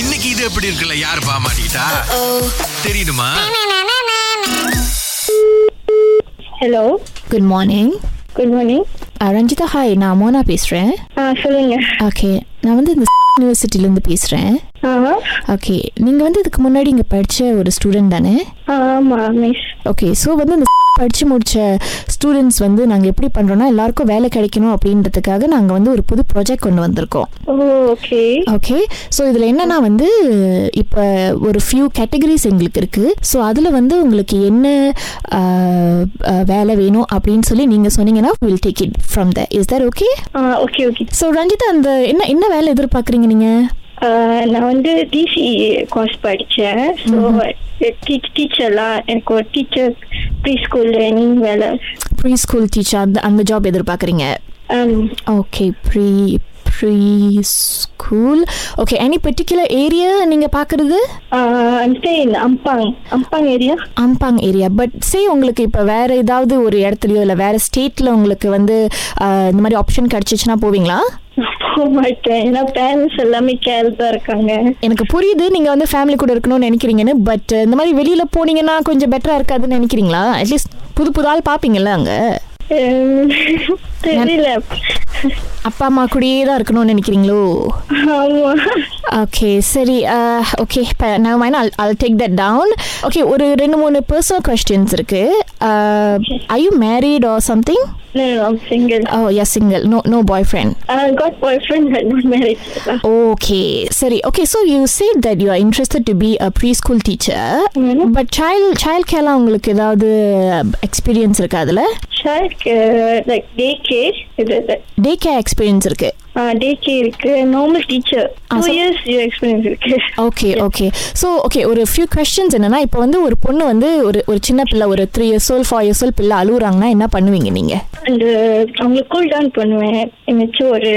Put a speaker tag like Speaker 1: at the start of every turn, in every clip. Speaker 1: இன்னைக்கு இது எப்படி இருக்குல்ல யார் பாமாட்டா தெரியுமா
Speaker 2: hello
Speaker 3: good morning
Speaker 2: good morning
Speaker 3: Ranjitha hi Uh, நான் மோனா பேசுகிறேன்
Speaker 2: ஆ சொல்லுங்க
Speaker 3: ஓகே நான் வந்து இந்த யூனிவர்சிட்டிலேருந்து பேசுகிறேன்
Speaker 2: ஆஹா.
Speaker 3: ஓகே நீங்கள் வந்து இதுக்கு முன்னாடி இங்கே படித்த ஒரு ஸ்டூடெண்ட் தானே
Speaker 2: ஆமா மிஸ்
Speaker 3: ஓகே ஸோ வந்து இந்த படித்து முடித்த ஸ்டூடெண்ட்ஸ் வந்து நாங்கள் எப்படி பண்ணுறோன்னா எல்லாருக்கும் வேலை கிடைக்கணும் அப்படின்றதுக்காக நாங்கள் வந்து ஒரு புது ப்ராஜெக்ட் கொண்டு வந்திருக்கோம்
Speaker 2: ஓகே
Speaker 3: ஓகே ஸோ இதில் என்னன்னா வந்து இப்போ ஒரு ஃபியூ கேட்டகரிஸ் எங்களுக்கு இருக்குது ஸோ அதில் வந்து உங்களுக்கு என்ன அஹ், அஹ், வேலை வேணும் அப்படின்னு சொல்லி நீங்கள் சொன்னீங்கன்னா will take it from the is Dhar okay
Speaker 2: okay okay
Speaker 3: so Ranjitha அந்த என்ன என்ன வேலை எதிர்பார்க்குறீங்க நீங்கள்
Speaker 2: நான் வந்து டிசி கோர்ஸ் படித்தேன் ஸோ eh, டீச்சர்லாம் எனக்கு ஒரு டீச்சர் ப்ரீ ஸ்கூல் ட்ரைனிங் வேலை
Speaker 3: ப்ரீ ஸ்கூல் டீச்சர் அந்த அந்த ஜாப் எதிர்பார்க்குறீங்க
Speaker 2: ஆம்.
Speaker 3: Okay pre pre school okay any particular area நீங்கள் பார்க்குறது
Speaker 2: ஆஹ், வந்துட்டு இந்த Ampang Ampang area
Speaker 3: Ampang area but say உங்களுக்கு இப்போ வேறு ஏதாவது ஒரு இடத்துலையோ இல்லை வேறு ஸ்டேட்டில் உங்களுக்கு வந்து அஹ், இந்த மாதிரி ஆப்ஷன் கிடச்சிச்சுன்னா போவீங்களா
Speaker 2: நான் போக மாட்டேன் ஏன்னா பேரண்ட்ஸ் எல்லாமே கேர் தான் இருக்காங்க
Speaker 3: எனக்கு புரியுது நீங்கள் வந்து ஃபேமிலி கூட இருக்கணும்னு நினைக்கிறீங்கன்னு பட் இந்த மாதிரி வெளியில் போனீங்கன்னா கொஞ்சம் பெட்டராக இருக்காதுன்னு நினைக்கிறீங்களா அட்லீஸ்ட் புது புது ஆள் பார்ப்பீங்கல்ல அங்கே
Speaker 2: ஹம், Um, தெரியல
Speaker 3: அப்பா அம்மா கூடயே தான் இருக்கணும்னு நினைக்கிறீங்களோ
Speaker 2: ஆமா
Speaker 3: ஓகே சரி uh, ஓகே இப்போ நான் mind Al Al take that down okay ஒரு ரெண்டு மூணு பர்சனல் கொஸ்டின்ஸ் இருக்கு Uh, I you married or something
Speaker 2: single
Speaker 3: oh yeah single no no bye friend
Speaker 2: got bye friend not marriage
Speaker 3: okay சரி okay so you said that you are interested to be a pre school teacher
Speaker 2: Mhm.
Speaker 3: But child child கேர்லாம் உங்களுக்கு ஏதாவது experience இருக்கு அதில்
Speaker 2: ஷார்க் அஹ், uh, like day care இது இது.
Speaker 3: டே கேர் எக்ஸ்பீரியன்ஸ் இருக்கு
Speaker 2: ஆஹ், டே கே uh, இருக்கு நார்மல் டீச்சர்
Speaker 3: ஆ,
Speaker 2: டூ
Speaker 3: so-
Speaker 2: இயர்ஸ் எக்ஸ்பீரியன்ஸ் இருக்கு
Speaker 3: ஓகே ஓகே ஸோ ஓகே ஒரு ஃபியூ கொஸ்டின்ஸ் என்னன்னா இப்போ வந்து ஒரு பொண்ணு வந்து ஒரு ஒரு சின்ன பிள்ளை ஒரு three years old five years old பிள்ளை அழுகுறாங்கன்னா என்ன பண்ணுவீங்க நீங்கள்
Speaker 2: அண்ட் அவங்களை கூல் டவுன் பண்ணுவேன் என்னச்சும் ஒரு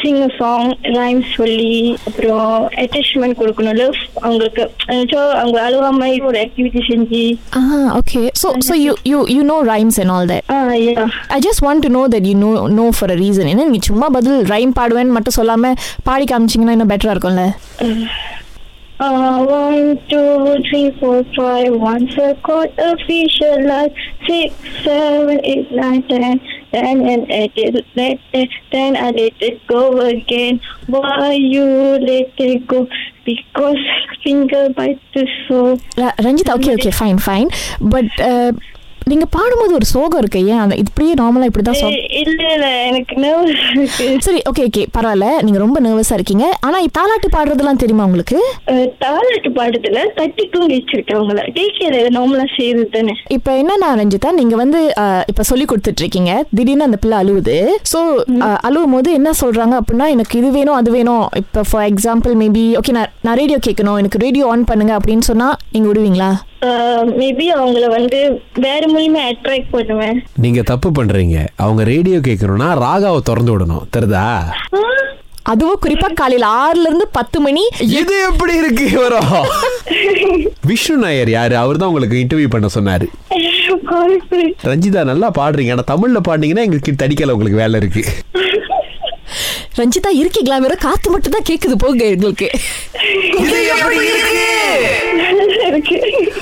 Speaker 2: சிங்கர் சாங் ரைம் சொல்லி அப்புறம் அட்டாச்மெண்ட் கொடுக்கணும்ல அவங்களுக்கு என்னச்சும் அவங்க அழுவா மாதிரி ஒரு ஆக்டிவிட்டி செஞ்சு
Speaker 3: Ah, okay. So, so you you you know rhymes and all that.
Speaker 2: Ah yeah
Speaker 3: I just want to know that you know know for a reason. ஏன்னா நீங்க சும்மா பதில் ரைம் பாடுவேன்னு மட்டும் சொல்லாம பாடி காமிச்சிங்கன்னா இன்னும் பெட்டரா இருக்கும்ல
Speaker 2: Uh, one, two, three, four, five. Once I caught a fish alive. Six, seven, eight, nine, ten. Then and I did let it. Then I let it go again. Why you let it go? Because finger bite the soul.
Speaker 3: Ra- Ranjith okay okay fine fine but uh, நீங்க பாடும்போது ஒரு சோகம் இருக்கு ஏன் அந்த இப்படியே நார்மலா இப்படி தான் சோகம்
Speaker 2: Eh, இல்ல இல்ல எனக்கு nervous இருக்கு.
Speaker 3: சரி ஓகே ஓகே பரவாயில்ல நீங்க ரொம்ப நர்வஸா இருக்கீங்க ஆனா இப்ப தாலாட்டு பாடுறதெல்லாம் தெரியுமா உங்களுக்கு
Speaker 2: அஹ், தாலாட்டு பாடுறதுல தட்டிக்கும் வச்சிருக்கேன் அவங்கள டேக்கியர் நார்மலா செய்யறது தானே
Speaker 3: இப்போ என்னன்னா ரஞ்சிதா நீங்க வந்து அஹ், இப்போ சொல்லி கொடுத்துட்டு இருக்கீங்க திடீர்னு அந்த பிள்ளை அழுவுது ஸோ அழுவும் போது என்ன சொல்றாங்க அப்படின்னா எனக்கு இது வேணும் அது வேணும் இப்போ ஃபார் எக்ஸாம்பிள் மேபி ஓகே நான் நான் ரேடியோ கேட்கணும் எனக்கு ரேடியோ ஆன் பண்ணுங்க அப்படின்னு சொன்னா நீங்க விடுவீங்களா
Speaker 2: மேபி Uh, அவங்கள வந்து வேற மூலியமா அட்ராக்ட் பண்ணுவேன்
Speaker 4: நீங்க தப்பு பண்றீங்க அவங்க ரேடியோ கேட்கணும்னா ராகாவை திறந்து விடணும் தெரிதா
Speaker 2: ஆ
Speaker 3: அதுவும் குறிப்பா காலையில ஆறுல இருந்து பத்து மணி
Speaker 4: இது எப்படி இருக்கு வரும் விஷ்ணு நாயர் யாரு அவர் தான் உங்களுக்கு இன்டர்வியூ பண்ண சொன்னாரு
Speaker 2: Perfect.
Speaker 4: ரஞ்சிதா நல்லா பாடுறீங்க ஆனா தமிழ்ல பாடுனீங்கன்னா எங்களுக்கு தடிக்கல உங்களுக்கு வேலை இருக்கு
Speaker 3: ரஞ்சிதா இருக்கீங்களா வெறும் காத்து மட்டும் தான் கேக்குது போங்க எங்களுக்கு
Speaker 2: நல்லா இருக்கு